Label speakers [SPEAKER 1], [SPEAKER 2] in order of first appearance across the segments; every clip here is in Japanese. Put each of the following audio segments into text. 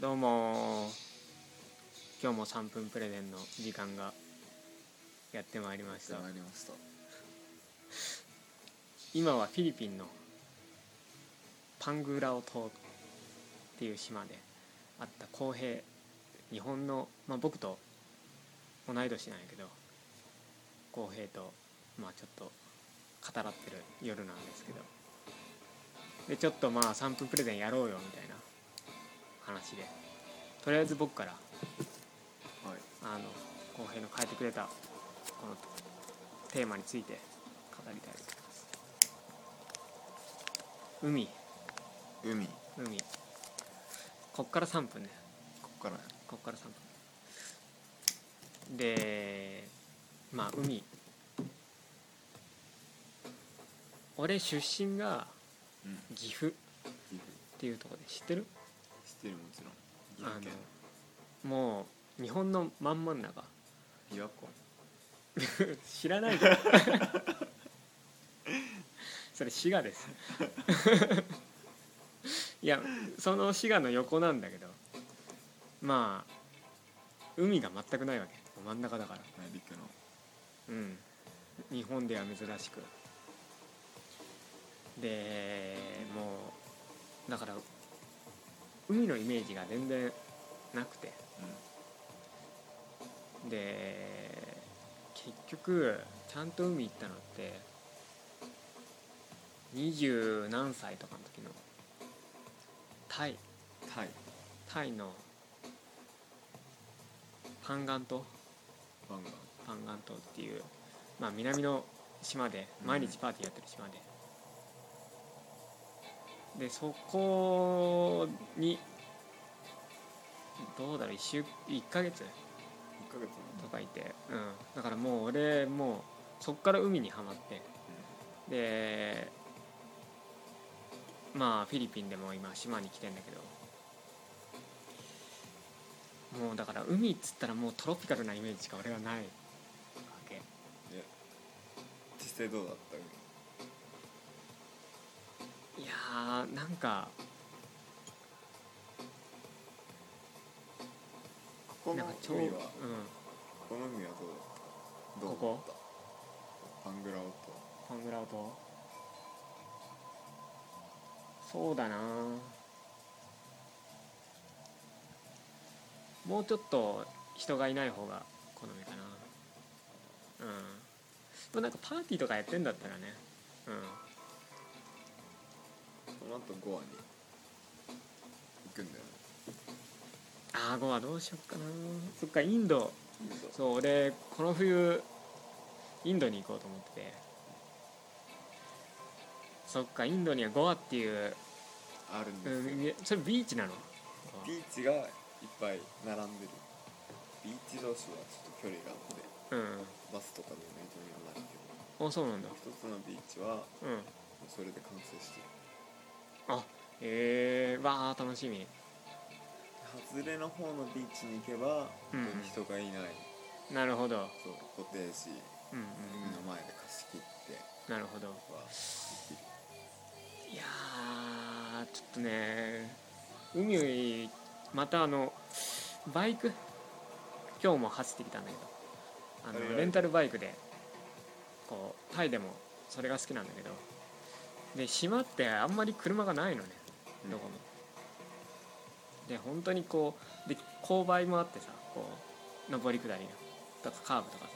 [SPEAKER 1] どうも今日も3分プレゼンの時間がやってまいりました
[SPEAKER 2] まいりました
[SPEAKER 1] 今はフィリピンのパングラオ島っていう島であった公平日本の、まあ、僕と同い年なんやけど公平と、まあ、ちょっと語らってる夜なんですけどでちょっとまあ3分プレゼンやろうよみたいな話でとりあえず僕から
[SPEAKER 2] はい
[SPEAKER 1] あの浩平の変えてくれたこのテーマについて語りたいと思います海
[SPEAKER 2] 海
[SPEAKER 1] 海こっから3分ね
[SPEAKER 2] こっからね
[SPEAKER 1] こっから3分でまあ海俺出身が
[SPEAKER 2] うん
[SPEAKER 1] 岐阜っ
[SPEAKER 2] 岐阜
[SPEAKER 1] ていうところで知ってる
[SPEAKER 2] 知ってるもちろん
[SPEAKER 1] あ
[SPEAKER 2] 岐阜県
[SPEAKER 1] のもう日本のまん真ん中
[SPEAKER 2] 琵琶湖
[SPEAKER 1] 知らないじゃん それ滋賀です いやその滋賀の横なんだけどまあ海が全くないわけ真ん中だから
[SPEAKER 2] ねビッグの
[SPEAKER 1] うん日本では珍しくでもうだから海のイメージが全然なくてで結局ちゃんと海行ったのって二十何歳とかの時のタイ
[SPEAKER 2] うんタイ
[SPEAKER 1] タイのパンガン島
[SPEAKER 2] バンガン
[SPEAKER 1] パンガン島っていう、まあ、南の島で
[SPEAKER 2] うん
[SPEAKER 1] 毎日パーティーやってる島で、でそこにどうだろう1週1ヶ月
[SPEAKER 2] 一ヶ月の
[SPEAKER 1] とかいて、うん、だからもう俺もうそっから海にはまってでまあフィリピンでも今島に来てんだけどもうだから海っつったらもうトロピカルなイメージしか俺はないわけ
[SPEAKER 2] 実際どうだった海
[SPEAKER 1] いやーなんか
[SPEAKER 2] ここ
[SPEAKER 1] なん
[SPEAKER 2] の
[SPEAKER 1] か超、うん
[SPEAKER 2] 海は、ここの海はどうだったどうだったパングラオと
[SPEAKER 1] パングラウトそうだなもうちょっと人がいない方が好みかなうんまあなんかパーティーとかやってんだったらねう
[SPEAKER 2] その後ゴアに行くんだよね
[SPEAKER 1] んあごはどうしよっかなそっかインド
[SPEAKER 2] インド
[SPEAKER 1] そう俺この冬インドに行こうと思っててそっかインドにはゴアっていう、
[SPEAKER 2] あるん
[SPEAKER 1] う
[SPEAKER 2] ですよ、
[SPEAKER 1] ん、いそれビーチなの
[SPEAKER 2] ビーチがいっぱい並んでるビーチ同士はちょっと距離があって
[SPEAKER 1] うん
[SPEAKER 2] バスとかでも移動にはなるけど
[SPEAKER 1] あそうなんだ
[SPEAKER 2] 一つのビーチは
[SPEAKER 1] うん
[SPEAKER 2] もうそれで完成してる
[SPEAKER 1] あえー、わあ楽しみ
[SPEAKER 2] 外れの方のビーチに行けば
[SPEAKER 1] うん
[SPEAKER 2] 本当に人がいない、
[SPEAKER 1] なるほど
[SPEAKER 2] そうコテージ
[SPEAKER 1] うんうん
[SPEAKER 2] 海の前で貸し切って
[SPEAKER 1] なるほど
[SPEAKER 2] はできる
[SPEAKER 1] いやーちょっとね海よりまたあのバイク今日も走ってきたんだけどあの、
[SPEAKER 2] はいはい
[SPEAKER 1] レンタルバイクでこうタイでもそれが好きなんだけどで島ってあんまり車がないのねどこも、で本当にこうで勾配もあってさこう上り下りのとかカーブとかさ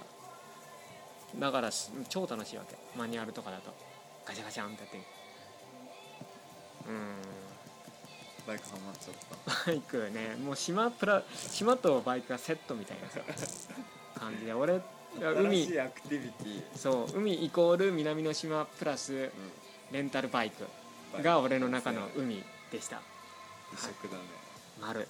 [SPEAKER 1] だからし超楽しいわけマニュアルとかだとガチャガチャンってやってう
[SPEAKER 2] バイクハマっちゃった
[SPEAKER 1] ーんバ イクねもう島プラ島とバイクがセットみたいなさ感じで俺が
[SPEAKER 2] 新し
[SPEAKER 1] 海
[SPEAKER 2] いアクティビティ、
[SPEAKER 1] そう海イコール南の島プラス
[SPEAKER 2] う
[SPEAKER 1] レンタルバイク
[SPEAKER 2] ん
[SPEAKER 1] が俺の中の
[SPEAKER 2] 一
[SPEAKER 1] 海でした
[SPEAKER 2] 色だね、
[SPEAKER 1] 丸